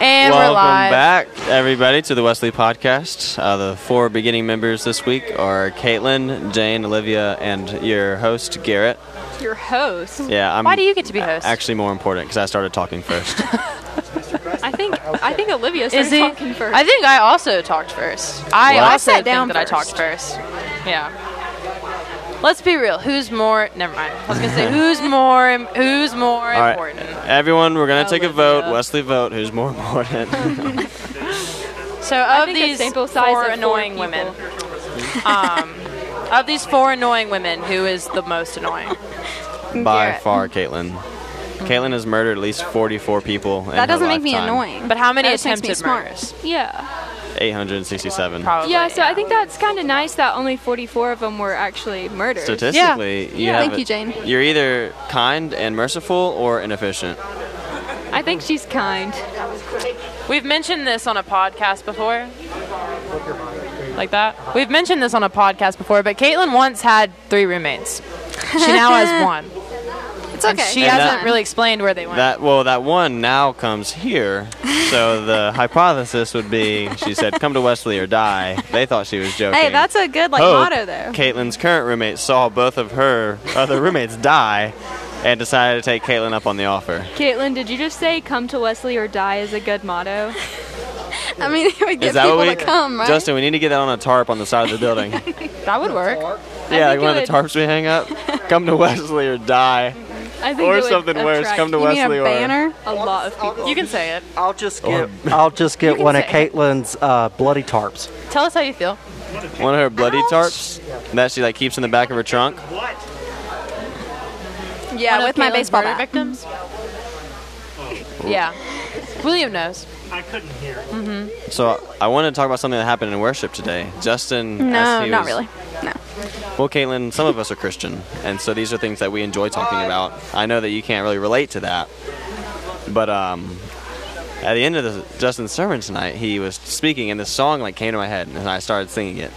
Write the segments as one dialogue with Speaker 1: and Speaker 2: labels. Speaker 1: And
Speaker 2: Welcome
Speaker 1: we're live.
Speaker 2: back, everybody, to the Wesley Podcast. Uh, the four beginning members this week are Caitlin, Jane, Olivia, and your host Garrett.
Speaker 1: Your host.
Speaker 2: Yeah, I'm.
Speaker 1: Why do you get to be host?
Speaker 2: Uh, Actually, more important because I started talking first.
Speaker 3: I think I think Olivia started
Speaker 1: Is he?
Speaker 3: talking first.
Speaker 1: I think I also talked first. I
Speaker 2: What? I
Speaker 1: also
Speaker 3: sat down
Speaker 1: think that I talked first. Yeah. Let's be real. Who's more? Never mind. I was gonna say who's more. im- Who's more
Speaker 2: All right,
Speaker 1: important?
Speaker 2: everyone, we're gonna take a vote.
Speaker 1: Olivia.
Speaker 2: Wesley, vote. Who's more important?
Speaker 1: So of
Speaker 3: think a
Speaker 1: these
Speaker 3: sample size
Speaker 1: four
Speaker 3: of four
Speaker 1: annoying
Speaker 3: people.
Speaker 1: women, um, of these four annoying women, who is the most annoying?
Speaker 2: By
Speaker 4: Garrett.
Speaker 2: far, Caitlin. Caitlin has murdered at least 44 people. in her
Speaker 4: That doesn't make me
Speaker 2: lifetime.
Speaker 4: annoying.
Speaker 1: But how many
Speaker 4: That just makes me
Speaker 1: attempted
Speaker 4: smart.
Speaker 1: murders?
Speaker 3: yeah.
Speaker 2: 867.
Speaker 1: Probably.
Speaker 3: Yeah, so I think that's kind of nice that only 44 of them were actually murdered.
Speaker 2: Statistically, you
Speaker 4: Yeah.
Speaker 2: have
Speaker 4: Thank
Speaker 2: it-
Speaker 4: you, Jane.
Speaker 2: You're either kind and merciful or inefficient.
Speaker 3: I think she's kind.
Speaker 1: We've mentioned this on a podcast before. Like that? We've mentioned this on a podcast before, but Caitlin once had three roommates. She now has one.
Speaker 4: It's okay.
Speaker 1: She
Speaker 2: And that-
Speaker 1: hasn't really explained where they went.
Speaker 2: That well, that one now comes here. So the hypothesis would be, she said, "Come to Wesley or die." They thought she was joking.
Speaker 4: Hey, that's a good like
Speaker 2: Hope
Speaker 4: motto though.
Speaker 2: Caitlin's current roommate saw both of her other roommates die, and decided to take Caitlin up on the offer.
Speaker 3: Caitlin, did you just say "Come to Wesley or die" is a good motto?
Speaker 4: I mean, it would get
Speaker 2: Is that
Speaker 4: people
Speaker 2: what we
Speaker 4: to come, right?
Speaker 2: Justin? We need to get that on a tarp on the side of the building.
Speaker 1: That would work.
Speaker 2: yeah, like
Speaker 3: think
Speaker 2: one
Speaker 3: it
Speaker 2: of the tarps we hang up. Come to Wesley or die,
Speaker 3: I think it
Speaker 2: or
Speaker 3: would
Speaker 2: something worse.
Speaker 3: attract
Speaker 2: Come to
Speaker 4: you need a
Speaker 2: Wesley or
Speaker 4: banner.
Speaker 3: a lot of people.
Speaker 1: You can say it.
Speaker 5: I'll just get I'll just get
Speaker 1: can
Speaker 5: one of
Speaker 1: say it.
Speaker 5: Caitlin's uh, bloody tarps.
Speaker 1: Tell us how you feel.
Speaker 2: one of her bloody tarps that she like keeps in the back of her trunk.
Speaker 4: Yeah,
Speaker 1: One of
Speaker 4: with my
Speaker 1: Caitlin's
Speaker 4: baseball
Speaker 1: murder
Speaker 4: bat.
Speaker 1: victims.
Speaker 2: Oh.
Speaker 1: Yeah. William knows.
Speaker 2: So I want to talk about something that happened in worship today. Justin, as
Speaker 4: No,
Speaker 2: he
Speaker 4: not
Speaker 2: was-
Speaker 4: really. No.
Speaker 2: Well, Caitlin, some of us are Christian, and so these are things that we enjoy talking about. I know that you can't really relate to that, but um, at the end of the, Justin's sermon tonight, he was speaking, and this song like came to my head, and I started singing it,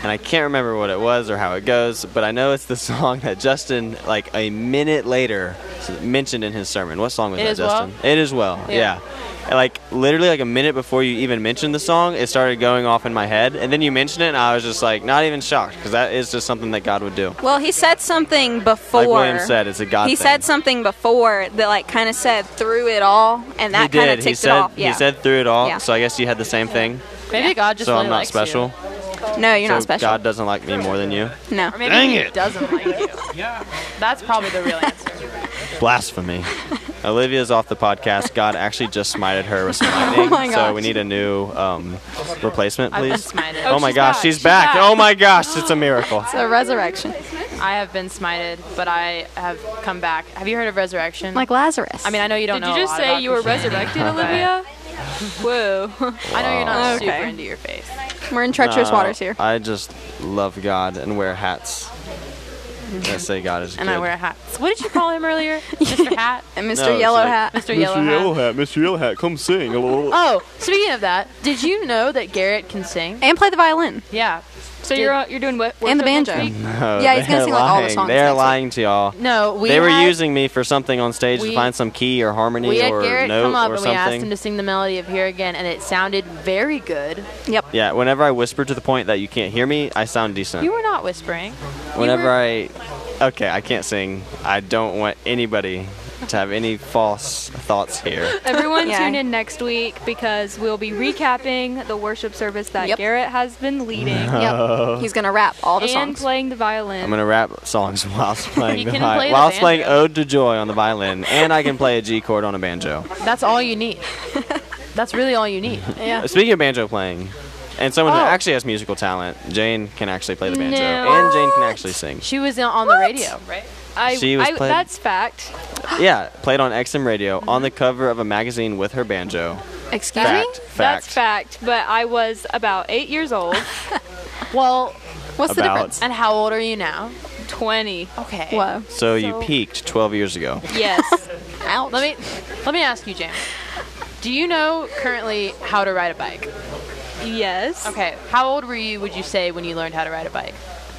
Speaker 2: and I can't remember what it was or how it goes, but I know it's the song that Justin like a minute later mentioned in his sermon. What song was
Speaker 1: It
Speaker 2: that,
Speaker 1: Is Well?
Speaker 2: Justin? It is well.
Speaker 1: Yeah.
Speaker 2: Yeah. And, Like literally like a minute before you even mentioned the song, it started going off in my head, and then you mentioned it, and I was just like not even shocked because that is just something that God would do.
Speaker 4: Well, he said something before.
Speaker 2: Like William said, it's a God.
Speaker 4: he
Speaker 2: thing.
Speaker 4: said something before that like kind of said through it all, and
Speaker 2: He
Speaker 4: that kind of
Speaker 2: did.
Speaker 4: ticked
Speaker 2: He
Speaker 4: it
Speaker 2: said.
Speaker 4: off. Yeah.
Speaker 2: He said through it all.
Speaker 4: Yeah.
Speaker 2: So I guess you had the same thing.
Speaker 1: Maybe God just
Speaker 2: so
Speaker 1: really
Speaker 2: I'm not
Speaker 1: likes
Speaker 2: special.
Speaker 1: You.
Speaker 4: no, you're
Speaker 2: so
Speaker 4: not special.
Speaker 2: God doesn't like me more than you.
Speaker 4: no.
Speaker 1: Or maybe he doesn't like you. That's probably the real answer.
Speaker 2: Blasphemy. Olivia's off the podcast. God actually just smited her with some lightning.
Speaker 4: Oh my
Speaker 2: So
Speaker 4: gosh.
Speaker 2: we need a new um, replacement,
Speaker 1: I've been
Speaker 2: please.
Speaker 1: smited.
Speaker 2: Oh, my
Speaker 3: she's
Speaker 2: gosh,
Speaker 3: back.
Speaker 2: she's,
Speaker 3: She's
Speaker 2: back.
Speaker 1: back.
Speaker 2: Oh my gosh, it's a miracle.
Speaker 4: The resurrection,
Speaker 1: I have been smited, but I have come back. Have you heard of resurrection?
Speaker 4: like Lazarus.
Speaker 1: I mean, I know you don't
Speaker 3: Did
Speaker 1: know.
Speaker 3: you
Speaker 1: a
Speaker 3: just
Speaker 1: lot
Speaker 3: say
Speaker 1: about
Speaker 3: you were
Speaker 1: Christianity.
Speaker 3: resurrected, Olivia? Whoa.
Speaker 1: I know you're not
Speaker 4: Okay.
Speaker 1: super into your faith.
Speaker 4: we're in treacherous
Speaker 2: No,
Speaker 4: waters here.
Speaker 2: Uh, I just love God and wear hats that say God is
Speaker 1: And
Speaker 2: good.
Speaker 1: I wear hats. What did you call him earlier? Mr. Hat?
Speaker 4: And Mr.
Speaker 2: No, it's
Speaker 4: Yellow
Speaker 2: like-
Speaker 4: Hat.
Speaker 1: Mr. Yellow Hat?
Speaker 2: Mr. Yellow Hat, come sing.
Speaker 1: Oh, speaking of that, did you know that Garrett can sing?
Speaker 4: And play the violin.
Speaker 1: Yeah.
Speaker 3: So you're uh, you're doing what?
Speaker 4: And the
Speaker 3: worship next
Speaker 4: banjo.
Speaker 3: week?
Speaker 4: Yeah, he's gonna sing, like, all the songs
Speaker 2: They're
Speaker 4: next week.
Speaker 2: Uh, lying to y'all.
Speaker 1: No, we
Speaker 2: they were
Speaker 1: had,
Speaker 2: using me for something on stage
Speaker 1: we-
Speaker 2: to find some key or harmony
Speaker 1: We had
Speaker 2: or
Speaker 1: Garrett
Speaker 2: note
Speaker 1: come up
Speaker 2: or
Speaker 1: and we asked
Speaker 2: something.
Speaker 1: him to sing the melody of Here Again, and it sounded very good.
Speaker 4: Yep.
Speaker 2: yeah, whenever I whisper to the point that you can't hear me, I sound decent.
Speaker 1: You were not whispering.
Speaker 2: whenever
Speaker 1: were-
Speaker 2: I Okay, I can't sing. I don't want anybody to have any false thoughts here.
Speaker 3: Everyone
Speaker 4: Yeah.
Speaker 3: tune in next week because we'll be recapping the worship service that
Speaker 4: Yep.
Speaker 3: Garrett has been leading
Speaker 2: Oh.
Speaker 4: Yep. He's gonna rap all the
Speaker 3: and
Speaker 4: songs.
Speaker 3: playing the violin.
Speaker 2: I'm gonna rap songs whilst playing
Speaker 1: You
Speaker 2: the
Speaker 1: can
Speaker 2: vi-
Speaker 1: play the
Speaker 2: whilst playing
Speaker 1: banjo.
Speaker 2: Ode to Joy on the violin, and I can play a G chord on a banjo.
Speaker 1: That's all you need. That's really all you need.
Speaker 4: yeah.
Speaker 2: Speaking of banjo playing, and someone who
Speaker 1: Oh.
Speaker 2: actually has musical talent, Jane can actually play the banjo,
Speaker 3: No.
Speaker 2: and Jane can actually sing.
Speaker 1: She was in- on the radio, right?
Speaker 3: I,
Speaker 2: She was
Speaker 3: I-
Speaker 2: playing-
Speaker 3: that's fact.
Speaker 2: Yeah, played on XM radio on the cover of a magazine with her banjo.
Speaker 4: Excuse
Speaker 2: fact,
Speaker 4: me.
Speaker 2: fact.
Speaker 3: That's fact. But I was about eight years old,
Speaker 1: Well,
Speaker 4: What's the
Speaker 2: About-
Speaker 4: difference?
Speaker 1: and how old are you now?
Speaker 3: 20.
Speaker 1: Okay.
Speaker 4: Whoa.
Speaker 2: So, you
Speaker 3: So-
Speaker 2: peaked 12 years ago.
Speaker 3: Yes.
Speaker 4: Ouch.
Speaker 1: Let me let me ask you, James. Do you know currently how to ride a bike?
Speaker 3: yes.
Speaker 1: Okay. How old were you, would you say, when you learned how to ride a bike?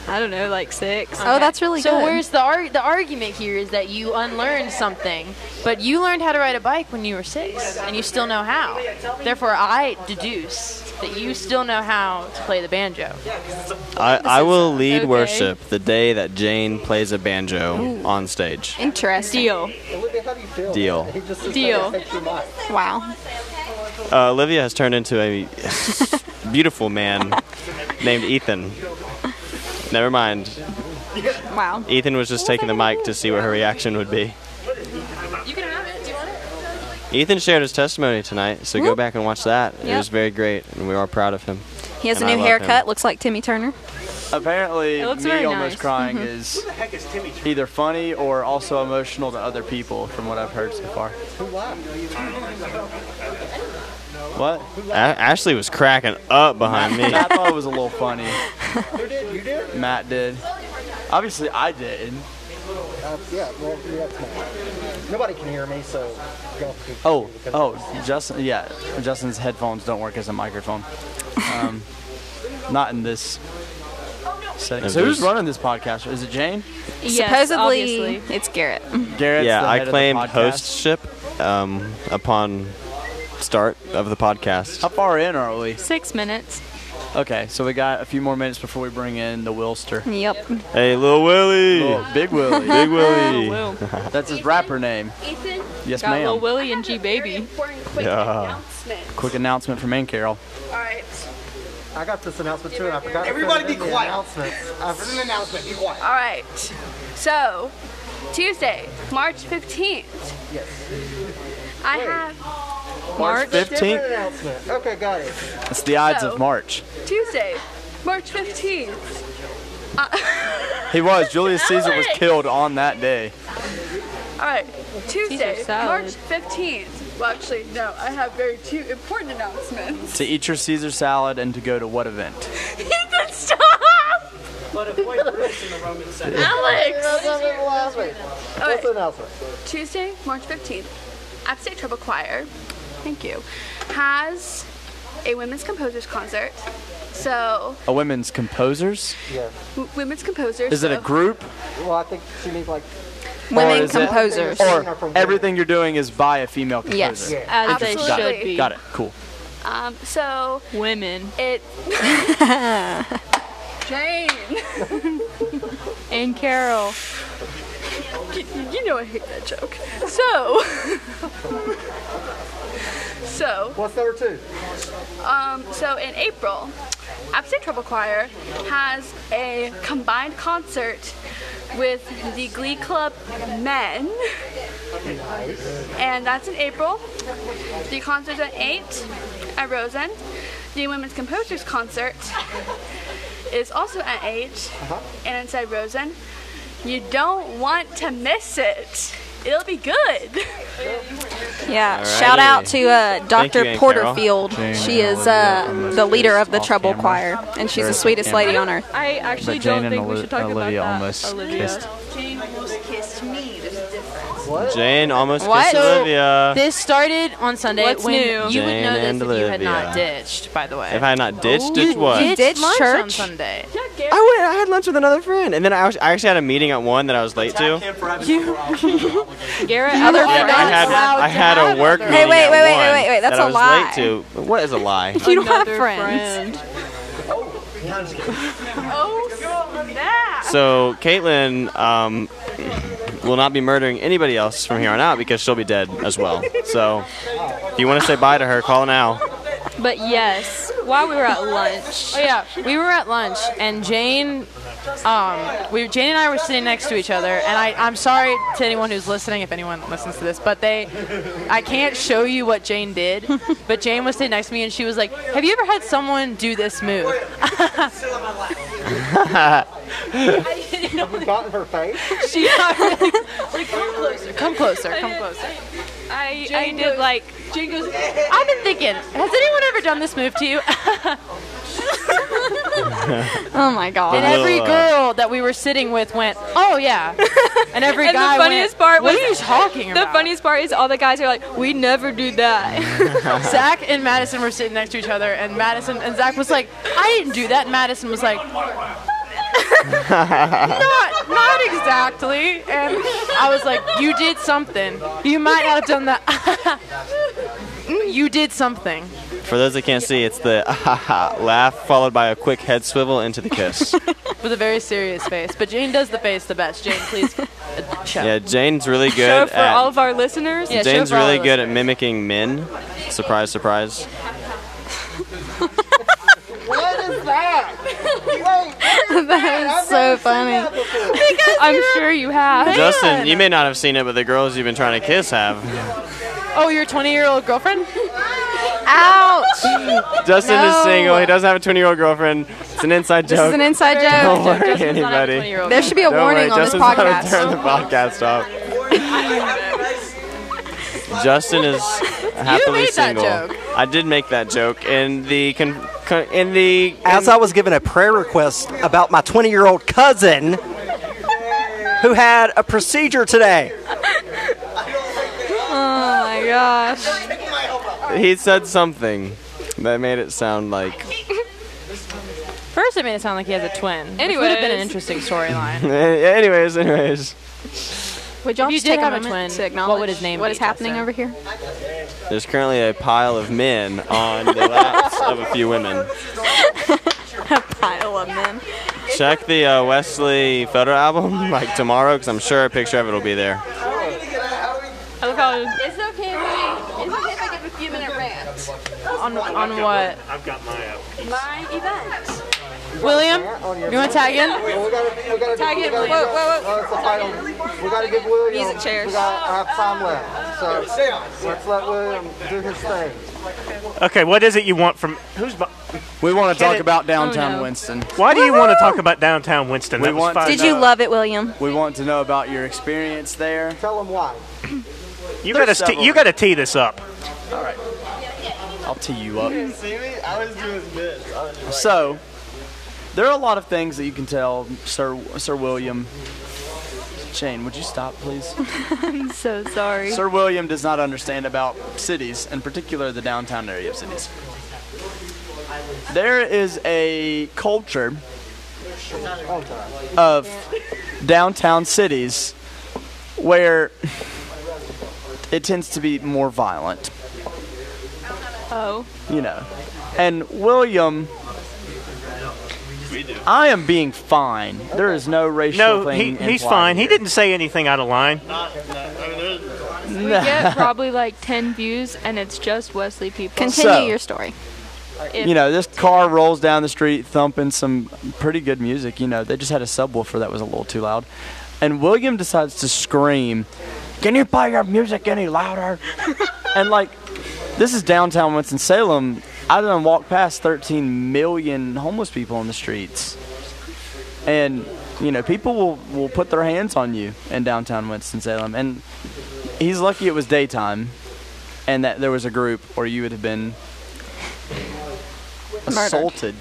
Speaker 3: I don't know, like six.
Speaker 4: Oh, that's really
Speaker 1: so
Speaker 4: good.
Speaker 1: where's the ar- the argument here is that you unlearned something, but you learned how to ride a bike when you were six, and you still know how. Therefore, I deduce that you still know how to play the banjo.
Speaker 2: I, I will lead
Speaker 3: okay.
Speaker 2: worship the day that Jane plays a banjo on stage.
Speaker 4: Interesting.
Speaker 3: Deal.
Speaker 2: Deal.
Speaker 3: Deal.
Speaker 4: Wow.
Speaker 2: Uh, Olivia has turned into a beautiful man named Ethan. Never mind.
Speaker 4: Wow.
Speaker 2: Ethan was just taking the mic to see what her reaction would be.
Speaker 1: You can have it. Do you want it?
Speaker 2: Ethan shared his testimony tonight, so go back and watch that. It
Speaker 4: Yep.
Speaker 2: was very great, and we are proud of him.
Speaker 4: He has
Speaker 2: And I
Speaker 4: a new
Speaker 2: love
Speaker 4: haircut.
Speaker 2: him.
Speaker 4: Looks like Timmy Turner.
Speaker 6: Apparently,
Speaker 3: It looks
Speaker 6: me
Speaker 3: very
Speaker 6: almost
Speaker 3: nice. Mm-hmm.
Speaker 6: crying is either funny or also emotional to other people, from what I've heard so far. What?
Speaker 2: A- Ashley was cracking up behind me.
Speaker 6: I thought it was a little funny. Who did? You did? Matt did. Obviously, I didn't.
Speaker 7: Uh, yeah, well, yeah, it's mine. Nobody can hear me, so y'all can-
Speaker 6: Oh, oh, Justin. Yeah, Justin's headphones don't work as a microphone. Um, not in this. Setting. So who's running this podcast? Is it Jane?
Speaker 3: Yes,
Speaker 4: Supposedly,
Speaker 3: obviously.
Speaker 4: it's Garrett.
Speaker 6: Garrett's
Speaker 2: yeah,
Speaker 6: the
Speaker 2: I
Speaker 6: head
Speaker 2: claimed
Speaker 6: of the podcast.
Speaker 2: hostship um, upon start of the podcast.
Speaker 6: How far in are we?
Speaker 3: Six minutes.
Speaker 6: Okay, so we got a few more minutes before we bring in the Wilster.
Speaker 4: Yep.
Speaker 2: Hey, Lil Willie.
Speaker 6: Oh, Big Willie.
Speaker 2: Big Willie.
Speaker 3: Will.
Speaker 6: That's his rapper name.
Speaker 8: Ethan,
Speaker 6: Yes,
Speaker 3: Got Lil
Speaker 6: ma'am.
Speaker 3: Willie and G
Speaker 8: very
Speaker 3: Baby.
Speaker 8: important quick
Speaker 2: Yeah.
Speaker 8: announcement.
Speaker 6: Quick announcement from Main Carol.
Speaker 8: All right.
Speaker 7: I got this announcement too, and I forgot.
Speaker 9: Everybody be quiet.
Speaker 7: I've
Speaker 9: An announcement. Be quiet.
Speaker 8: All right. So, Tuesday, March 15th. Yes. I have
Speaker 6: March 15th.
Speaker 7: announcement. Okay, got it.
Speaker 6: It's the odds
Speaker 8: So-
Speaker 6: of March.
Speaker 8: Tuesday, March 15th.
Speaker 6: He was. Julius Caesar was
Speaker 8: Alex!
Speaker 6: killed on that day.
Speaker 8: All right. Tuesday,
Speaker 3: salad.
Speaker 8: March 15th. Well, actually, no. I have very two important announcements.
Speaker 6: To eat your Caesar salad and to go to what event?
Speaker 8: Ethan, stop! Alex! All right.
Speaker 7: What's the announcement?
Speaker 8: Tuesday, March 15th, Upstate Trouble Choir, thank you, has a women's composers concert. So,
Speaker 6: A women's composers?
Speaker 8: w- women's composers.
Speaker 6: Is it a
Speaker 8: so-
Speaker 6: group?
Speaker 7: Well, I think she means like
Speaker 6: Or
Speaker 4: Women
Speaker 6: is it-
Speaker 4: composers.
Speaker 7: Or
Speaker 6: Or
Speaker 7: from
Speaker 6: everything you're doing is by a female composer?
Speaker 4: Yes.
Speaker 3: As
Speaker 8: Absolutely.
Speaker 3: they should be.
Speaker 6: Got it. Cool.
Speaker 8: Um, so
Speaker 3: Women
Speaker 8: it. Jane,
Speaker 3: and Carol.
Speaker 8: you know I hate that joke. So. so,
Speaker 7: what's number two?
Speaker 8: um, so in April, Upstate Trouble Choir has a combined concert with the Glee Club Men. And that's in April. The concert's at 8 at Rosen. The Women's Composers Concert is also at 8
Speaker 7: Uh-huh.
Speaker 8: and it's at Rosen. You don't want to miss it. It'll be good.
Speaker 4: Yeah. Shout out to uh,
Speaker 2: Thank you,
Speaker 4: Dr.
Speaker 2: Aunt
Speaker 4: Porterfield. She is uh, the leader of the Treble Choir, and she's the sweetest lady on earth.
Speaker 3: I actually
Speaker 6: But Jane
Speaker 3: don't
Speaker 6: and
Speaker 3: think we
Speaker 6: Oli-
Speaker 3: should talk
Speaker 6: Olivia
Speaker 3: about that.
Speaker 6: almost
Speaker 3: Olivia.
Speaker 6: kissed.
Speaker 2: Jane almost
Speaker 4: What?
Speaker 2: kissed
Speaker 4: So-
Speaker 2: Olivia.
Speaker 1: This started on Sunday
Speaker 3: What's
Speaker 1: when
Speaker 3: new?
Speaker 1: you would
Speaker 2: Jane
Speaker 1: know
Speaker 2: and
Speaker 1: this if you had not
Speaker 2: Olivia.
Speaker 1: ditched. By the way,
Speaker 2: If I had not ditched, ditched what?
Speaker 1: you ditched
Speaker 4: Ditched
Speaker 1: lunch on
Speaker 4: church?
Speaker 1: Sunday.
Speaker 2: I went. I had lunch with another friend, and then I, was, I actually had a meeting at one that I was late to.
Speaker 3: Garrett, other
Speaker 2: Yeah, I had
Speaker 1: allowed
Speaker 2: I
Speaker 1: to
Speaker 2: had
Speaker 1: have
Speaker 2: a work
Speaker 1: other-
Speaker 2: meeting.
Speaker 4: Hey, wait,
Speaker 2: at
Speaker 4: wait, wait,
Speaker 2: one
Speaker 4: wait, wait, that's
Speaker 2: that I
Speaker 4: a
Speaker 2: was
Speaker 4: lie.
Speaker 2: Late to. What is a lie?
Speaker 4: You don't have friends.
Speaker 2: so Caitlin um, will not be murdering anybody else from here on out because she'll be dead as well. So if you want to say bye to her, call now.
Speaker 3: But yes, while we were at lunch,
Speaker 1: Oh yeah, we were at lunch and Jane, um, we Jane and I were sitting next to each other, and I I'm sorry to anyone who's listening if anyone listens to this, but they, I can't show you what Jane did, but Jane was sitting next to me and she was like, "Have you ever had someone do this move?"
Speaker 7: You got in her face.
Speaker 1: She got really, like, come closer, come closer, come closer.
Speaker 3: I, I
Speaker 1: Jane
Speaker 3: did
Speaker 1: goes-
Speaker 3: like
Speaker 1: Jane goes, I've been thinking, has anyone ever done this move to you?
Speaker 4: Oh my
Speaker 1: And
Speaker 4: god.
Speaker 1: every
Speaker 2: Little, uh,
Speaker 1: girl that we were sitting with went, "Oh yeah," and every
Speaker 3: And the
Speaker 1: guy
Speaker 3: funniest
Speaker 1: went,
Speaker 3: part
Speaker 1: "What
Speaker 3: was-
Speaker 1: are you talking
Speaker 3: the
Speaker 1: about?"
Speaker 3: funniest part is all the guys are like, we never do that.
Speaker 1: Zach and Madison were sitting next to each other, and Madison and Zach was like, "I didn't do that." And Madison was like, not, not exactly. And I was like, you did something. You might not have done that. you did something.
Speaker 2: For those that can't see, it's the laugh followed by a quick head swivel into the kiss.
Speaker 1: With a very serious face. But Jane does the face the best. Jane, please. uh, show.
Speaker 2: yeah, Jane's really
Speaker 3: Show
Speaker 2: good
Speaker 3: for
Speaker 2: at
Speaker 3: all of our listeners.
Speaker 1: Yeah, show
Speaker 2: Jane's
Speaker 1: for all
Speaker 2: really
Speaker 1: of us.
Speaker 2: good at mimicking men. Surprise, surprise.
Speaker 7: What is that? Wait,
Speaker 4: that is so funny.
Speaker 3: I'm sure you have.
Speaker 2: Justin, you may not have seen it, but the girls you've been trying to kiss have.
Speaker 1: Oh, your 20 year old girlfriend?
Speaker 4: Ouch!
Speaker 2: Justin is
Speaker 4: No.
Speaker 2: single. He doesn't have a 20 year old girlfriend. It's an inside
Speaker 4: This is
Speaker 2: joke.
Speaker 4: an inside
Speaker 2: Don't
Speaker 4: joke.
Speaker 2: worry,
Speaker 1: Justin's not having a
Speaker 2: anybody.
Speaker 1: 20-year-old
Speaker 4: There should be a
Speaker 2: Don't
Speaker 4: warning
Speaker 2: worry,
Speaker 4: on this
Speaker 2: Justin's gonna turn
Speaker 4: podcast.
Speaker 2: the podcast off. Justin is happily
Speaker 1: made that
Speaker 2: single.
Speaker 1: joke.
Speaker 2: I did make that joke in the con- con- in the
Speaker 5: As I was given a prayer request about my 20 year old cousin who had a procedure today.
Speaker 3: Oh my gosh.
Speaker 2: he said something that made it sound like
Speaker 1: First, it made it sound like he has a twin. It would have been an
Speaker 3: Anyways.
Speaker 1: interesting storyline.
Speaker 2: anyways, anyways.
Speaker 4: Would y'all
Speaker 1: If you
Speaker 4: just take
Speaker 1: did
Speaker 4: a
Speaker 1: have a
Speaker 4: moment
Speaker 1: twin,
Speaker 4: to acknowledge
Speaker 1: what would his name
Speaker 4: what
Speaker 1: be,
Speaker 4: is happening
Speaker 1: Justin?
Speaker 4: over here?
Speaker 2: There's currently a pile of men on the laps of a few women.
Speaker 4: Pile of them.
Speaker 2: Check the uh, Wesley photo album like tomorrow because I'm sure a picture of it will be there.
Speaker 3: I love how
Speaker 8: It's okay if we, it's okay if I give a few minute rant.
Speaker 1: on, on what?
Speaker 8: My event.
Speaker 1: William, you want to tag in?
Speaker 7: we gotta, we gotta,
Speaker 1: Tag
Speaker 7: we
Speaker 1: it,
Speaker 7: gotta,
Speaker 1: William. Whoa,
Speaker 7: Uh, it's the final. We gotta give William.
Speaker 4: Music chairs.
Speaker 7: We got I have time left, so let's let William do his thing.
Speaker 9: Okay, what is it you want from who's? bu-
Speaker 6: We want to
Speaker 9: Get
Speaker 6: talk
Speaker 9: it.
Speaker 6: about downtown
Speaker 1: no.
Speaker 6: Winston.
Speaker 9: Why do you want to talk about downtown Winston?
Speaker 6: We
Speaker 9: That was
Speaker 6: want
Speaker 9: fun.
Speaker 6: to-
Speaker 4: Did you
Speaker 6: uh,
Speaker 4: love it, William?
Speaker 6: We want to know about your experience there.
Speaker 7: Tell him why.
Speaker 9: You got to
Speaker 6: several.
Speaker 9: you got to tee this up.
Speaker 6: I'll tee you up. So, there are a lot of things that you can tell Sir Sir William. Shane, would you stop, please?
Speaker 3: I'm so sorry.
Speaker 6: Sir William does not understand about cities, in particular the downtown area of cities. There is a culture of downtown cities where it tends to be more violent
Speaker 3: Oh.
Speaker 6: you know. And William, I am being fine. There is no racial
Speaker 9: No,
Speaker 6: thing.
Speaker 9: he, he's
Speaker 6: implied
Speaker 9: fine. He
Speaker 6: here.
Speaker 9: didn't say anything out of line.
Speaker 3: We get probably like 10 views, and it's just Wesley people.
Speaker 4: Continue
Speaker 6: So-
Speaker 4: your story.
Speaker 6: You know, this car rolls down the street thumping some pretty good music. You know, they just had a subwoofer that was a little too loud, and William decides to scream, "Can you play your music any louder?" and like, this is downtown Winston Salem. I done walked past 13 million homeless people on the streets. and you know people will, will put their hands on you in downtown winston-salem and he's lucky it was daytime and that there was a group or you would have been assaulted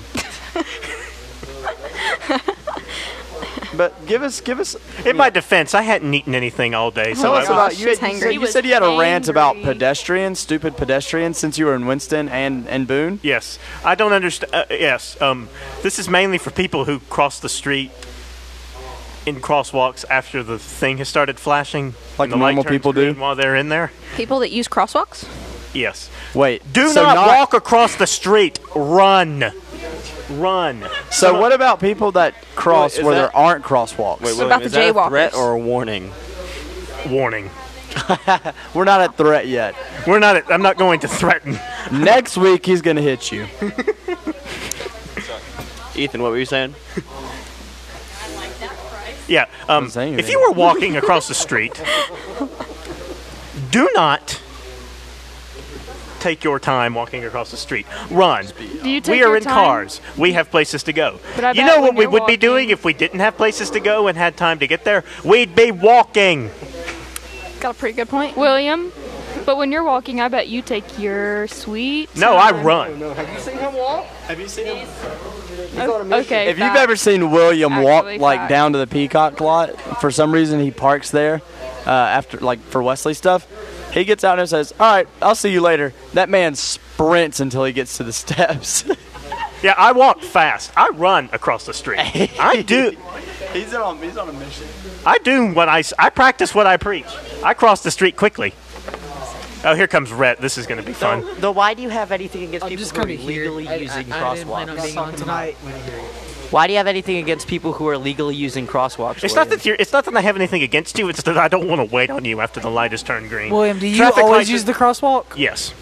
Speaker 6: but give us give us
Speaker 9: In my defense, I hadn't eaten anything all day, so
Speaker 6: tell
Speaker 9: I
Speaker 6: us
Speaker 9: was,
Speaker 6: Oh, about you,
Speaker 4: she's
Speaker 6: had- you
Speaker 4: hangry.
Speaker 6: said,
Speaker 4: He
Speaker 6: you
Speaker 3: was
Speaker 6: said you had a rant about
Speaker 3: angry.
Speaker 6: pedestrians stupid pedestrians since you were in winston and, and boone
Speaker 9: yes, I don't understand. Uh, yes, um, this is mainly for people who cross the street in crosswalks after the thing has started flashing,
Speaker 6: Like
Speaker 9: and the light
Speaker 6: normal
Speaker 9: turns
Speaker 6: people do?
Speaker 9: green while they're in there.
Speaker 4: People that use crosswalks?
Speaker 9: Yes,
Speaker 6: wait
Speaker 9: do
Speaker 6: so
Speaker 9: not walk across the street. Run, run.
Speaker 6: so what about people that cross
Speaker 2: Wait, is
Speaker 6: where
Speaker 2: that-
Speaker 6: there aren't crosswalks
Speaker 4: William, about the is that a threat
Speaker 2: threat
Speaker 4: jaywalkers?
Speaker 2: or
Speaker 4: or
Speaker 2: a warning?
Speaker 9: Warning.
Speaker 6: we're not at threat yet
Speaker 9: We're not. At, I'm not going to threaten.
Speaker 6: Next week he's gonna hit you.
Speaker 2: Ethan, what were you saying?
Speaker 9: Yeah. Um,
Speaker 6: saying
Speaker 9: if
Speaker 6: anything.
Speaker 9: you were walking across the street, do not take your time walking across the street. Run.
Speaker 3: Do you take
Speaker 9: We are
Speaker 3: your
Speaker 9: in
Speaker 3: time?
Speaker 9: cars. We have places to go.
Speaker 3: But I
Speaker 9: You
Speaker 3: bet
Speaker 9: know
Speaker 3: when
Speaker 9: what we
Speaker 3: you're
Speaker 9: would be doing
Speaker 3: walking-
Speaker 9: if we didn't have places to go and had time to get there? We'd be walking.
Speaker 4: Got a pretty good point.
Speaker 3: William, but when you're walking, I bet you take your sweet.
Speaker 9: No, I
Speaker 3: time.
Speaker 9: run.
Speaker 7: Have you seen him walk? Have you seen him? He's on a mission.
Speaker 3: Okay.
Speaker 6: If you've
Speaker 3: fact.
Speaker 6: ever seen William walk
Speaker 3: Actually,
Speaker 6: like
Speaker 3: fact.
Speaker 6: down to the Peacock lot, for some reason he parks there uh, after like for Wesley stuff. He gets out and says, "All right, I'll see you later." That man sprints until he gets to the steps.
Speaker 9: Yeah, I walk fast. I run across the street. I do.
Speaker 6: He's on, he's on a mission.
Speaker 9: I do what I. s- I practice what I preach. I cross the street quickly. Oh, here comes Rhett. This is going to be fun.
Speaker 10: Though, why do you have anything against people
Speaker 11: just
Speaker 10: who are
Speaker 11: gonna hear-
Speaker 10: legally
Speaker 11: I- I-
Speaker 10: using
Speaker 11: I didn't plan on
Speaker 10: crosswalks?
Speaker 11: being on tonight.
Speaker 10: Why do you have anything against people who are legally using crosswalks?
Speaker 9: It's not that you're, it's not that I have anything against you. It's that I don't want to wait on you after the light has turned green.
Speaker 11: William, do you
Speaker 9: Traffic
Speaker 11: always
Speaker 9: lights
Speaker 11: use
Speaker 9: are-
Speaker 11: the crosswalk?
Speaker 9: Yes,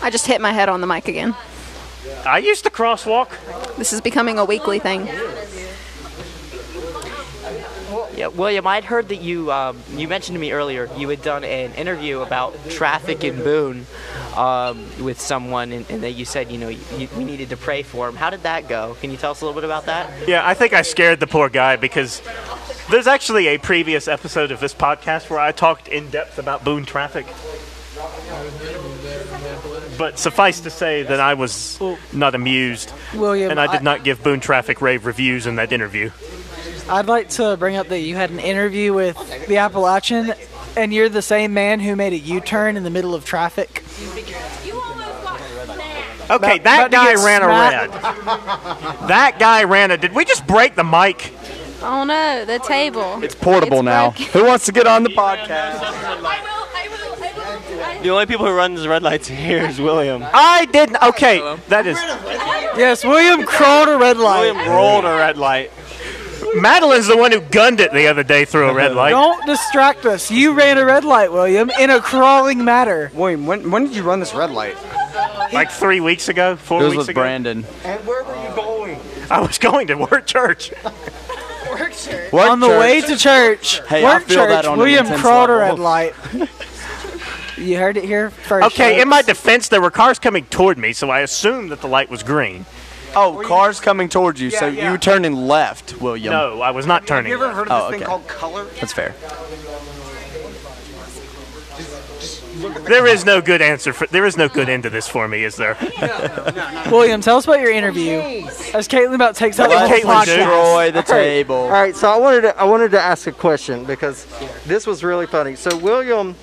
Speaker 4: I just hit my head on the mic again.
Speaker 9: I use the crosswalk.
Speaker 4: This is becoming a weekly thing.
Speaker 10: Yeah, William, I'd heard that you um, you mentioned to me earlier you had done an interview about traffic in Boone um, with someone, and, and that you said you know you, you, we needed to pray for him. How did that go? Can you tell us a little bit about that?
Speaker 9: Yeah, I think I scared the poor guy because there's actually a previous episode of this podcast where I talked in depth about Boone traffic. But suffice to say that I was not amused,
Speaker 11: William,
Speaker 9: and I did
Speaker 11: I-
Speaker 9: not give Boone traffic rave reviews in that interview.
Speaker 11: I'd like to bring up that you had an interview with the Appalachian, and you're the same man who made a U-turn in the middle of traffic.
Speaker 9: Okay,
Speaker 11: About-
Speaker 9: that
Speaker 11: about to
Speaker 9: guy
Speaker 11: get
Speaker 9: ran a
Speaker 11: smacked.
Speaker 9: red. That guy ran a. Did we just break the mic?
Speaker 3: Oh no, the table.
Speaker 6: It's portable now. Who wants to get on the podcast?
Speaker 2: The only people who runs red lights here is William.
Speaker 9: I didn't. Okay, that is.
Speaker 11: Yes, William crawled a red light.
Speaker 2: William rolled a red light.
Speaker 9: Madeline's the one who gunned it the other day through a red light.
Speaker 11: Don't distract us. You ran a red light, William, in a crawling matter.
Speaker 7: William, when, when did you run this red light?
Speaker 9: Like three weeks ago, four
Speaker 6: It was
Speaker 9: weeks
Speaker 6: with
Speaker 9: ago.
Speaker 6: Brandon.
Speaker 7: And where were you going?
Speaker 9: I was going to Word Church.
Speaker 6: Work
Speaker 11: on the
Speaker 6: church.
Speaker 11: way to church,
Speaker 6: Hey, I
Speaker 11: work
Speaker 6: feel
Speaker 11: church,
Speaker 6: that on an
Speaker 11: William
Speaker 6: intense
Speaker 11: crawled a
Speaker 6: level.
Speaker 11: red light. you heard it here first.
Speaker 9: Okay,
Speaker 11: folks.
Speaker 9: in my defense, there were cars coming toward me, so I assumed that the light was green.
Speaker 6: Oh, cars coming towards you, so
Speaker 7: yeah.
Speaker 6: you turning left, William.
Speaker 9: No, I was not
Speaker 7: Have
Speaker 9: turning.
Speaker 7: you ever
Speaker 9: left.
Speaker 7: heard of this
Speaker 6: Oh,
Speaker 7: thing
Speaker 6: okay.
Speaker 7: called color?
Speaker 6: That's fair.
Speaker 9: There is no good answer for. There is no good end to this for me, is there?
Speaker 11: William, tell us about your interview. As Caitlin about takes out the
Speaker 9: What
Speaker 11: whole
Speaker 9: did Caitlin do?
Speaker 11: podcast.
Speaker 6: Destroy the
Speaker 7: All
Speaker 6: table.
Speaker 7: right, so I wanted to, I wanted to ask a question because this was really funny. So William,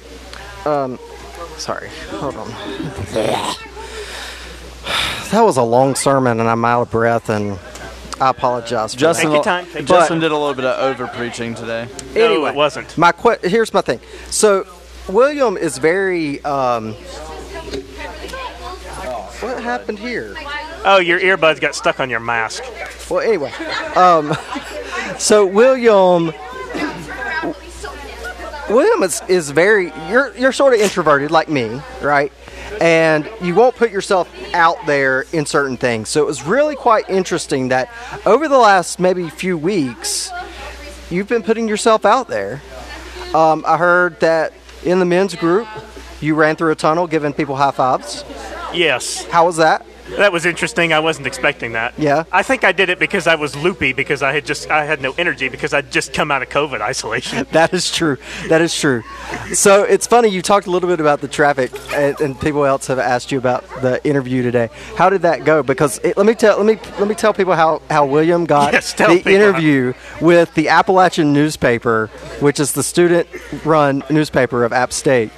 Speaker 7: um, sorry, hold on. That was a long sermon, and I'm out of breath, and I apologize. For
Speaker 6: Justin,
Speaker 9: Take your time, take your
Speaker 6: Justin did a little bit of over preaching today.
Speaker 7: that.
Speaker 9: No, it wasn't.
Speaker 7: My que- here's my thing. So William is very. Um, what happened here?
Speaker 9: Oh, your earbuds got stuck on your mask.
Speaker 7: Well, anyway, um, so William, William is, is very you're you're sort of introverted like me, right? And you won't put yourself out there in certain things. So it was really quite interesting that over the last maybe few weeks, you've been putting yourself out there. Um, I heard that in the men's group, you ran through a tunnel giving people high fives.
Speaker 9: Yes,
Speaker 7: How was that?
Speaker 9: that was interesting. I wasn't expecting that.
Speaker 7: Yeah.
Speaker 9: I think I did it because I was loopy because I had just I had no energy because I'd just come out of COVID isolation.
Speaker 7: That is true. That is true. So it's funny you talked a little bit about the traffic, and, and people else have asked you about the interview today. How did that go? Because it, let me tell let me let me tell people how, how William got
Speaker 9: Yes, tell
Speaker 7: the
Speaker 9: people how-
Speaker 7: interview with the Appalachian newspaper, which is the student run newspaper of App State.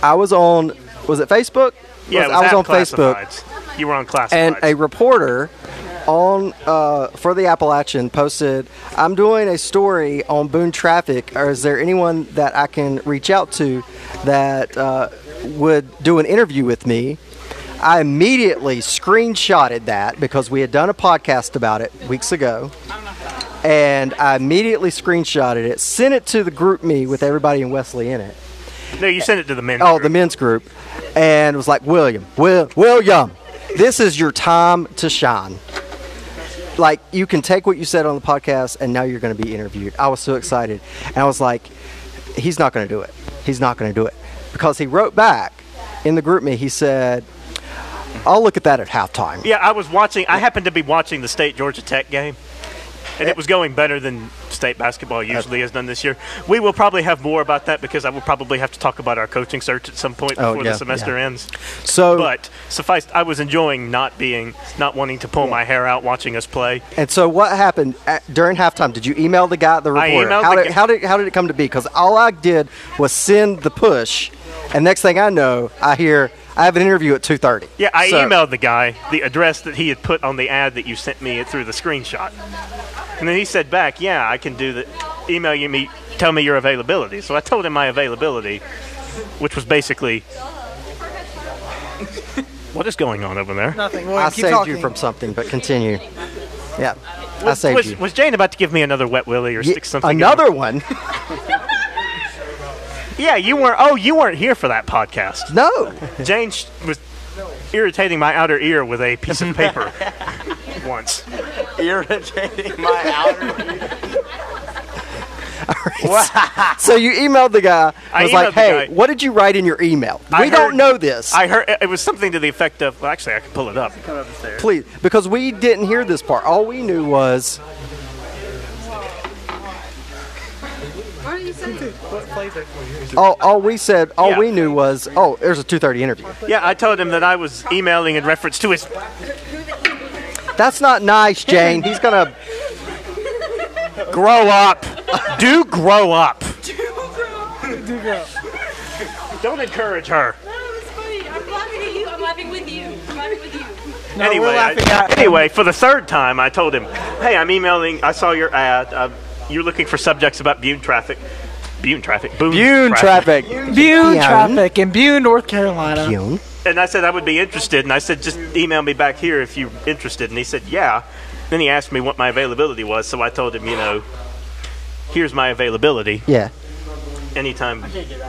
Speaker 7: I was on was it Facebook?
Speaker 9: Yeah,
Speaker 7: Was-
Speaker 9: it
Speaker 7: I was
Speaker 9: at
Speaker 7: on Facebook
Speaker 9: Classifieds. You were on classifieds.
Speaker 7: and a reporter on uh, for the Appalachian posted, "I'm doing a story on Boone traffic. Or is there anyone that I can reach out to that uh, would do an interview with me?" I immediately screenshotted that because we had done a podcast about it weeks ago. And I immediately screenshotted it, sent it to the group me with everybody in Wesley in it.
Speaker 9: no, you sent it to the men.
Speaker 7: Oh, the men's group, and was like, William, Will, William, this is your time to shine. Like you can take what you said on the podcast, and now you're going to be interviewed. I was so excited, and I was like, he's not going to do it. He's not going to do it because he wrote back in the group me. He said, I'll look at that at halftime.
Speaker 9: Yeah, I was watching. I happened to be watching the State Georgia Tech game, and it was going better than state basketball usually has done this year. We will probably have more about that because I will probably have to talk about our coaching search at some point
Speaker 7: Oh,
Speaker 9: before
Speaker 7: yeah,
Speaker 9: the semester ends.
Speaker 7: So,
Speaker 9: But suffice, I was enjoying not being, not wanting to pull my hair out watching us play.
Speaker 7: and so what happened at, during halftime? Did you email the guy, the
Speaker 9: I
Speaker 7: reporter?
Speaker 9: emailed
Speaker 7: how,
Speaker 9: the
Speaker 7: did,
Speaker 9: guy-
Speaker 7: how did how did it come to be? Because all I did was send the push, and next thing I know, I hear I have an interview at two thirty.
Speaker 9: Yeah, I
Speaker 7: So-
Speaker 9: emailed the guy the address that he had put on the ad that you sent me through the screenshot, and then he said back, "Yeah, I can do the email you me, tell me your availability." So I told him my availability, which was basically, what is going on over there?
Speaker 11: Nothing.
Speaker 7: I saved you from something, but continue. Yeah, I
Speaker 9: Was,
Speaker 7: saved
Speaker 9: was,
Speaker 7: you.
Speaker 9: was Jane about to give me another wet willy or
Speaker 7: Ye-
Speaker 9: stick something? in
Speaker 7: another one?
Speaker 9: Yeah, you weren't. Oh, you weren't here for that podcast.
Speaker 7: No.
Speaker 9: Jane sh- was irritating my outer ear with a piece of paper once.
Speaker 6: Irritating my outer.
Speaker 7: so you emailed the guy.
Speaker 9: I
Speaker 7: I was like,
Speaker 9: emailed the
Speaker 7: "Hey,
Speaker 9: guy.
Speaker 7: what did you write in your email?
Speaker 9: I
Speaker 7: we don't
Speaker 9: heard-
Speaker 7: know this.
Speaker 9: I heard it was something to the effect of. Well, actually, I can pull it up.
Speaker 7: Please, because we didn't hear this part. All we knew was
Speaker 12: What are you saying? What flavor?
Speaker 7: all, all we said. All
Speaker 9: Yeah.
Speaker 7: we knew was, "Oh, there's a two thirty interview."
Speaker 9: Yeah, I told him that I was emailing in reference to his.
Speaker 7: That's not nice, Jane. He's gonna
Speaker 9: grow up. Do grow up. Don't encourage her.
Speaker 12: I'm laughing at you. I'm laughing with you. I'm laughing with you.
Speaker 9: anyway, I- anyway, for the third time, I told him, "Hey, I'm emailing. I saw your ad. Uh, you're looking for subjects about Bune traffic. Bune traffic. Boone
Speaker 11: Bune
Speaker 9: traffic.
Speaker 11: traffic. Bune traffic in Bune, North Carolina.
Speaker 9: And I said I would be interested, and I said just email me back here if you're interested. And he said yeah. Then he asked me what my availability was, so I told him, you know, here's my availability.
Speaker 7: Yeah.
Speaker 9: Anytime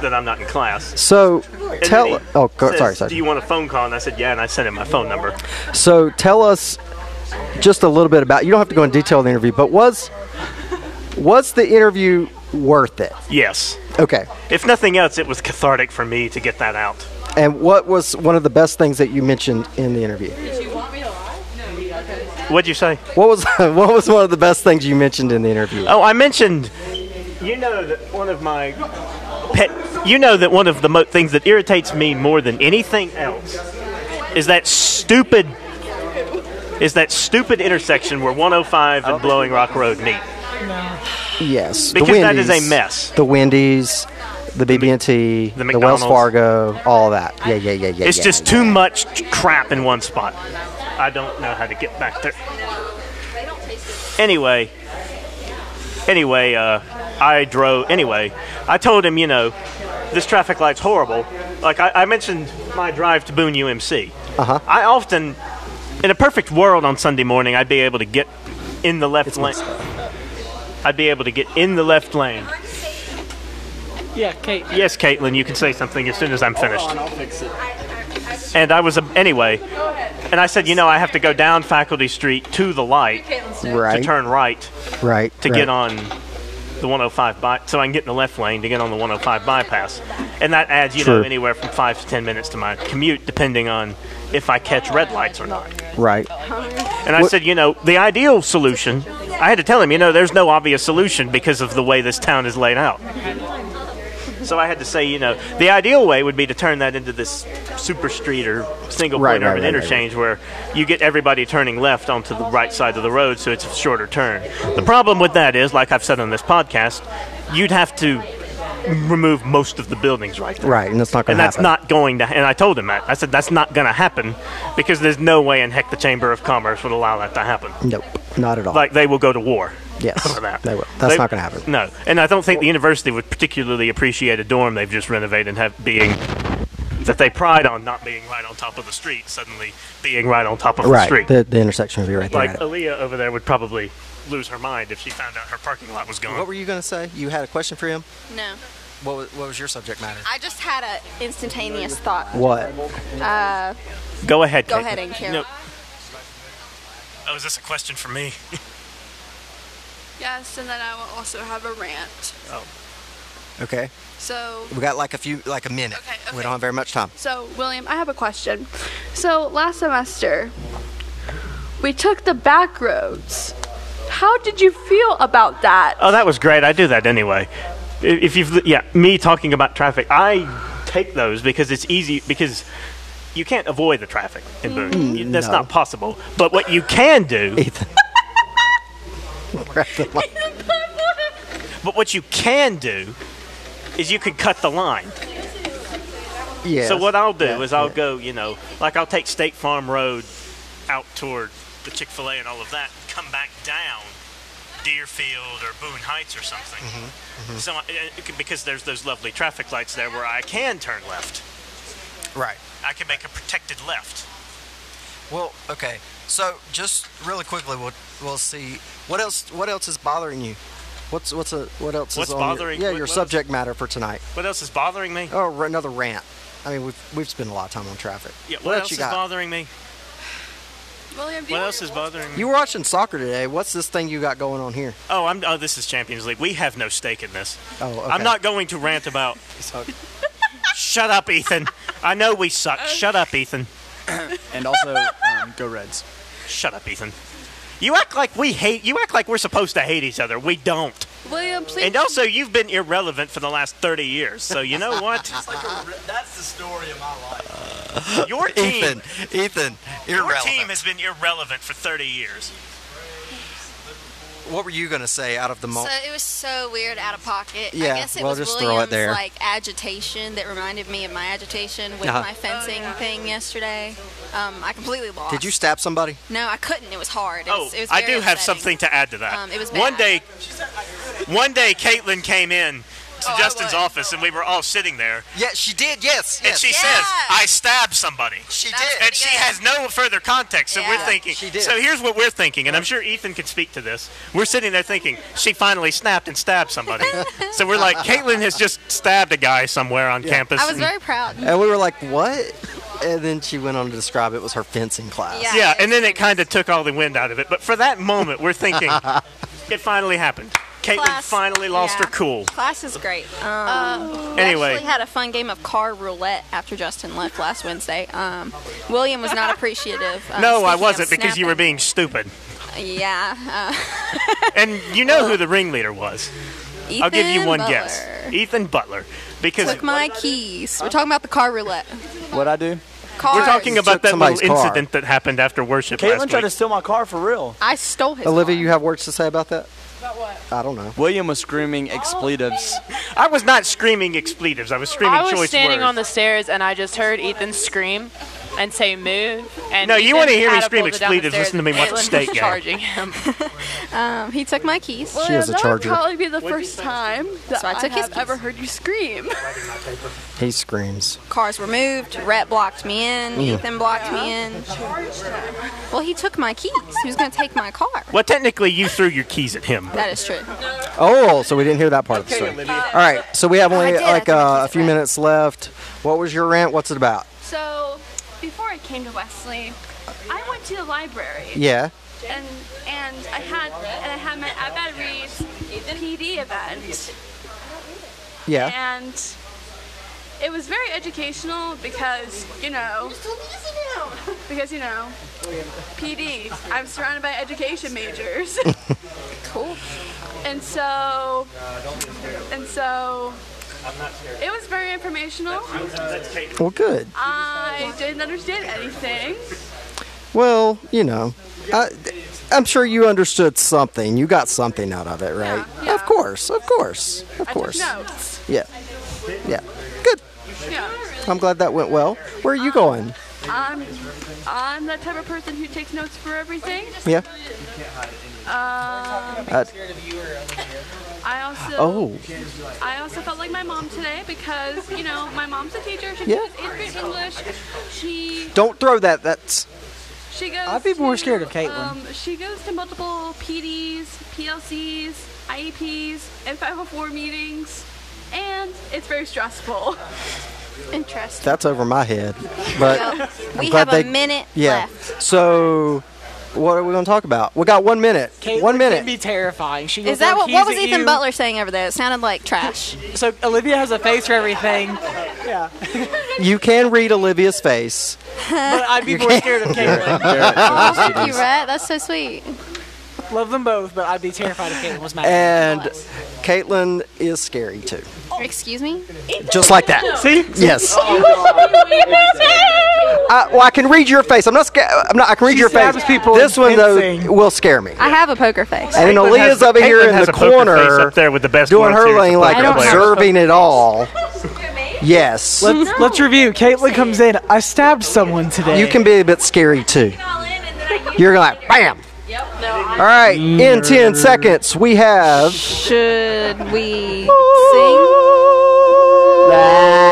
Speaker 9: that I'm not in class.
Speaker 7: So
Speaker 9: And
Speaker 7: tell.
Speaker 9: then he
Speaker 7: oh, go,
Speaker 9: says,
Speaker 7: sorry, sorry.
Speaker 9: Do you want a phone call? And I said yeah, and I sent him my phone number.
Speaker 7: So tell us just a little bit about. You don't have to go in detail in the interview, but was was the interview worth it?
Speaker 9: Yes.
Speaker 7: Okay.
Speaker 9: If nothing else, it was cathartic for me to get that out.
Speaker 7: And what was one of the best things that you mentioned in the interview?
Speaker 9: What'd you say?
Speaker 7: What was what was one of the best things you mentioned in the interview?
Speaker 9: Oh, I mentioned. You know that one of my pet. You know that one of the mo- things that irritates me more than anything else is that stupid. Is that stupid intersection where 105
Speaker 7: Oh.
Speaker 9: and Blowing Rock Road meet?
Speaker 7: Yes, the
Speaker 9: Because that is a
Speaker 7: Wendy's,
Speaker 9: mess.
Speaker 7: The Wendy's, the BB&T, the, Wells
Speaker 9: McDonald's.
Speaker 7: Fargo, all that. Yeah, yeah, yeah, yeah.
Speaker 9: it's
Speaker 7: yeah,
Speaker 9: just
Speaker 7: yeah.
Speaker 9: too much crap in one spot. I don't know how to get back there. Anyway, anyway, uh, I drove. Anyway, I told him, you know, this traffic light's horrible. Like I, I mentioned, my drive to Boone UMC.
Speaker 7: Uh-huh.
Speaker 9: I often, in a perfect world, on Sunday morning, I'd be able to get in the left lane. I'd be able to get in the left lane.
Speaker 11: Yeah, Kate.
Speaker 9: Yes, Caitlin, you can say something as soon as I'm finished.
Speaker 11: I'll fix it.
Speaker 9: And I was a, anyway, and I said, you know, I have to go down Faculty Street to the light
Speaker 7: Right.
Speaker 9: to turn right
Speaker 7: right
Speaker 9: to
Speaker 7: right.
Speaker 9: get on the 105 by, so I can get in the left lane to get on the 105 bypass, and that adds you know
Speaker 7: True.
Speaker 9: anywhere from five to ten minutes to my commute depending on if I catch red lights or not.
Speaker 7: Right.
Speaker 9: And I said, you know, the ideal solution. I had to tell him, you know, there's no obvious solution because of the way this town is laid out. So I had to say, you know, the ideal way would be to turn that into this super street or single
Speaker 7: Right,
Speaker 9: point
Speaker 7: right,
Speaker 9: urban
Speaker 7: right, right,
Speaker 9: interchange where you get everybody turning left onto the right side of the road so it's a shorter turn. The problem with that is, like I've said on this podcast, you'd have to remove most of the buildings right there.
Speaker 7: Right, and it's not going
Speaker 9: And
Speaker 7: to
Speaker 9: that's
Speaker 7: happen.
Speaker 9: not going to. And I told him that. I said that's not going to happen because there's no way in heck the Chamber of Commerce would allow that to happen.
Speaker 7: Nope, not at all.
Speaker 9: Like they will go to war.
Speaker 7: Yes,
Speaker 9: over that.
Speaker 7: they will. That's
Speaker 9: They-
Speaker 7: not going to happen.
Speaker 9: No, and I don't think the university would particularly appreciate a dorm they've just renovated and have being that they pride on not being right on top of the street suddenly being right on top of the
Speaker 7: Right,
Speaker 9: street.
Speaker 7: the, the intersection would be right there.
Speaker 9: like uh-huh.
Speaker 7: at it.
Speaker 9: Aaliyah over there would probably lose her mind if she found out her parking lot was gone.
Speaker 7: What were you going to say? You had a question for him?
Speaker 4: No.
Speaker 7: What was, what was your subject matter?
Speaker 4: I just had an instantaneous thought.
Speaker 7: What?
Speaker 4: Uh,
Speaker 9: Go ahead.
Speaker 4: Go
Speaker 9: Caitlin.
Speaker 4: ahead and carry
Speaker 9: No. Oh, is this a question for me?
Speaker 8: Yes, and then I will also have a rant.
Speaker 9: Oh.
Speaker 7: Okay.
Speaker 8: So
Speaker 7: We got like a few, like a minute.
Speaker 8: Okay,
Speaker 7: We don't have very much time.
Speaker 8: So, William, I have a question. So, last semester, we took the back roads. How did you feel about that?
Speaker 9: Oh, that was great. I do that anyway. I- If you've yeah, me talking about traffic, I take those because it's easy because you can't avoid the traffic in Boone.
Speaker 7: Mm,
Speaker 9: You- That's
Speaker 7: no.
Speaker 9: not possible. But what you can do, but what you can do is you could cut the line. So
Speaker 5: Yes.
Speaker 9: what I'll do
Speaker 5: Yeah,
Speaker 9: is I'll
Speaker 5: yeah.
Speaker 9: go, you know, like I'll take State Farm Road out toward the Chick Fil A and all of that, and come back down Deerfield or Boone Heights or something. So I, it can- because there's those lovely traffic lights there where I can turn left.
Speaker 7: Right.
Speaker 9: I can make a protected left.
Speaker 7: Well, okay. So just really quickly, we'll we'll see what else what else is bothering you. What's what's a what else
Speaker 9: What's
Speaker 7: is on
Speaker 9: bothering-
Speaker 7: your,
Speaker 9: what-
Speaker 7: yeah your
Speaker 9: what
Speaker 7: subject matter for tonight?
Speaker 9: What else is bothering me?
Speaker 7: Oh, r- another rant. I mean, we've we've spent a lot of time on traffic.
Speaker 9: Yeah. What,
Speaker 7: else,
Speaker 9: else
Speaker 7: you
Speaker 9: is
Speaker 7: got?
Speaker 9: bothering me?
Speaker 8: William,
Speaker 9: What else is bothering me?
Speaker 7: you were watching soccer today. What's this thing you got going on here?
Speaker 9: Oh, I'm. Oh, this is Champions League. We have no stake in this.
Speaker 7: Oh, okay.
Speaker 9: I'm not going to rant about. Shut up, Ethan. I know we suck. Shut up, Ethan.
Speaker 6: and also, um, go Reds.
Speaker 9: Shut up, Ethan. You act like we hate. You act like we're supposed to hate each other. We don't.
Speaker 8: William, please.
Speaker 9: And also, you've been irrelevant for the last 30 years. So you know what?
Speaker 6: that's the story of my life.
Speaker 9: Your team,
Speaker 6: Ethan,
Speaker 7: Ethan,
Speaker 9: Your
Speaker 7: irrelevant.
Speaker 9: team has been irrelevant for 30 years.
Speaker 7: What were you gonna say out of the moment?
Speaker 13: So it was so weird, out of pocket.
Speaker 7: Yeah,
Speaker 13: I guess it
Speaker 7: well,
Speaker 13: was
Speaker 7: just throw it
Speaker 13: William's
Speaker 7: there.
Speaker 13: like agitation that reminded me of my agitation with
Speaker 7: Uh-huh.
Speaker 13: my fencing
Speaker 9: Oh,
Speaker 13: thing yesterday. Um, I completely lost.
Speaker 7: Did you stab somebody?
Speaker 13: No, I couldn't. It was hard. It
Speaker 9: Oh,
Speaker 13: was, it was
Speaker 9: I
Speaker 13: very
Speaker 9: do have
Speaker 13: upsetting.
Speaker 9: something to add to that.
Speaker 13: Um, it was
Speaker 9: One day,
Speaker 13: bad.
Speaker 9: one day, Caitlin came in to
Speaker 13: Oh, I
Speaker 9: Justin's office, and we were all sitting there.
Speaker 7: Yeah, she did. Yes,
Speaker 9: and she says, "I stabbed somebody."
Speaker 7: She
Speaker 9: did, and she has no further context. So we're
Speaker 7: Yeah.
Speaker 9: thinking.
Speaker 7: She did.
Speaker 9: So here's what we're thinking, and I'm sure Ethan can speak to this. We're sitting there thinking she finally snapped and stabbed somebody. so we're like, Caitlin has just stabbed a guy somewhere on campus.
Speaker 13: I was very proud.
Speaker 7: And we were like, what? And then she went on to describe it was her fencing class.
Speaker 9: yeah, and then it kind of took all the wind out of it. But for that moment, we're thinking it finally happened. Caitlin
Speaker 13: Class-
Speaker 9: finally lost
Speaker 13: yeah.
Speaker 9: her cool.
Speaker 13: Class is great. Um,
Speaker 8: Oh.
Speaker 13: we
Speaker 9: Anyway.
Speaker 13: actually had a fun game of car roulette after Justin left last Wednesday. Um, William was not appreciative. Um,
Speaker 9: no,
Speaker 13: speaking
Speaker 9: I
Speaker 13: of
Speaker 9: wasn't because you were
Speaker 13: snapping.
Speaker 9: being stupid.
Speaker 13: Yeah. Uh,
Speaker 9: And you know who the ringleader was. I'll give you
Speaker 13: Ethan
Speaker 9: one guess. Ethan Butler. Because
Speaker 13: took my keys. We're talking about the car roulette.
Speaker 6: What I do?
Speaker 13: Cars.
Speaker 9: We're talking about that little incident that happened after worship
Speaker 6: Caitlin
Speaker 9: last
Speaker 6: tried
Speaker 9: week.
Speaker 6: to steal my car for real.
Speaker 13: I stole his.
Speaker 7: Olivia, you have words to say about that?
Speaker 13: About what?
Speaker 7: I don't know.
Speaker 6: William was screaming expletives.
Speaker 9: I was not screaming expletives. I was
Speaker 1: I was standing on the stairs and I just heard Ethan scream and say "move." And
Speaker 9: No, you
Speaker 1: want
Speaker 9: wanna
Speaker 1: to
Speaker 9: hear me scream expletives, listen to me watch the state game.
Speaker 1: charging him.
Speaker 13: Um, he took my keys.
Speaker 8: William, that would probably be the first time that
Speaker 13: So I
Speaker 8: I,
Speaker 13: took his
Speaker 8: have ever heard you scream.
Speaker 7: He screams.
Speaker 13: Cars were moved. Rhett blocked me in.
Speaker 7: Yeah.
Speaker 13: Ethan blocked me in. Well, he took my keys. He was going to take my car.
Speaker 9: Well, technically, you threw your keys at him.
Speaker 13: That is true.
Speaker 7: Oh, so we didn't hear that part of the
Speaker 13: Okay,
Speaker 7: story.
Speaker 13: Olivia.
Speaker 7: All right, so we have
Speaker 8: Uh, I
Speaker 7: only
Speaker 8: did, I
Speaker 7: like
Speaker 8: think
Speaker 7: uh, a few minutes left. What was your rant? What's it about?
Speaker 8: So, before I came to Wesley, I went to the library.
Speaker 7: Yeah.
Speaker 8: And and I had and I had my Abad Reeves PD event.
Speaker 7: Yeah.
Speaker 8: And it was very educational because you know. Because you know, PD. I'm surrounded by education majors. cool. And so, and so, it was very informational.
Speaker 7: Well, good.
Speaker 8: I didn't understand anything.
Speaker 7: Well, you know, I, I'm sure you understood something. You got something out of it, right? Of course, of course, of course.
Speaker 8: notes.
Speaker 7: Yeah. Yeah. Good.
Speaker 8: Yeah.
Speaker 7: I'm glad that went well. Where are you going?
Speaker 8: I'm, I'm that type of person who takes notes for everything.
Speaker 7: Yeah.
Speaker 8: Um,
Speaker 7: Uh,
Speaker 8: I also
Speaker 7: Oh.
Speaker 8: I also felt like my mom today because you know my mom's a teacher. She
Speaker 7: Yeah.
Speaker 8: teaches eighth grade English. She
Speaker 7: Don't throw that. That's
Speaker 8: she goes.
Speaker 11: I'd be more
Speaker 8: to,
Speaker 11: scared of Caitlin.
Speaker 8: Um, she goes to multiple PDs, PLCs, IEPs, E and 504 meetings, and it's very stressful.
Speaker 13: Interesting.
Speaker 7: that's over my head. But
Speaker 13: Well,
Speaker 7: I'm
Speaker 13: we
Speaker 7: glad
Speaker 13: have a
Speaker 7: they-
Speaker 13: minute
Speaker 7: yeah. So, what are we going to talk about? We got one minute. one minute.
Speaker 11: It'd be terrifying. She
Speaker 13: Is
Speaker 11: goes,
Speaker 13: that
Speaker 11: "Look,
Speaker 13: what? What
Speaker 11: he's
Speaker 13: was
Speaker 11: at
Speaker 13: Ethan
Speaker 11: you."
Speaker 13: Butler saying over there? It sounded like trash.
Speaker 11: So Olivia has a face for everything. Yeah.
Speaker 7: You can read Olivia's face.
Speaker 11: But I'd be
Speaker 7: You
Speaker 11: more
Speaker 7: can't-
Speaker 11: scared of
Speaker 7: Garrett-
Speaker 11: Caitlin.
Speaker 7: Garrett
Speaker 13: Aw,
Speaker 7: thinks she
Speaker 13: thank you,
Speaker 7: is.
Speaker 13: Rhett. That's so sweet.
Speaker 11: Love them both, but I'd be terrified if Caitlin was mad.
Speaker 7: And Caitlin is scary too.
Speaker 13: Excuse me.
Speaker 7: Just like that.
Speaker 11: See?
Speaker 7: Yes. I, well, I can read your face. I'm not scared. I'm not. I can read
Speaker 13: She
Speaker 7: your face.
Speaker 13: stabs people
Speaker 7: this one
Speaker 13: and
Speaker 7: though
Speaker 13: sings.
Speaker 7: will scare me.
Speaker 13: I have a poker face.
Speaker 7: And then Aaliyah's over here in the corner,
Speaker 9: up there with the best one
Speaker 7: doing her
Speaker 9: series
Speaker 7: thing,
Speaker 9: of
Speaker 7: like
Speaker 9: poker players.
Speaker 7: observing it all. Yes.
Speaker 11: Let's let's review. Caitlin comes in. I stabbed someone today.
Speaker 7: You can be a bit scary too. You're gonna like, bam. All right, in 10 seconds, we have.
Speaker 13: Should we sing?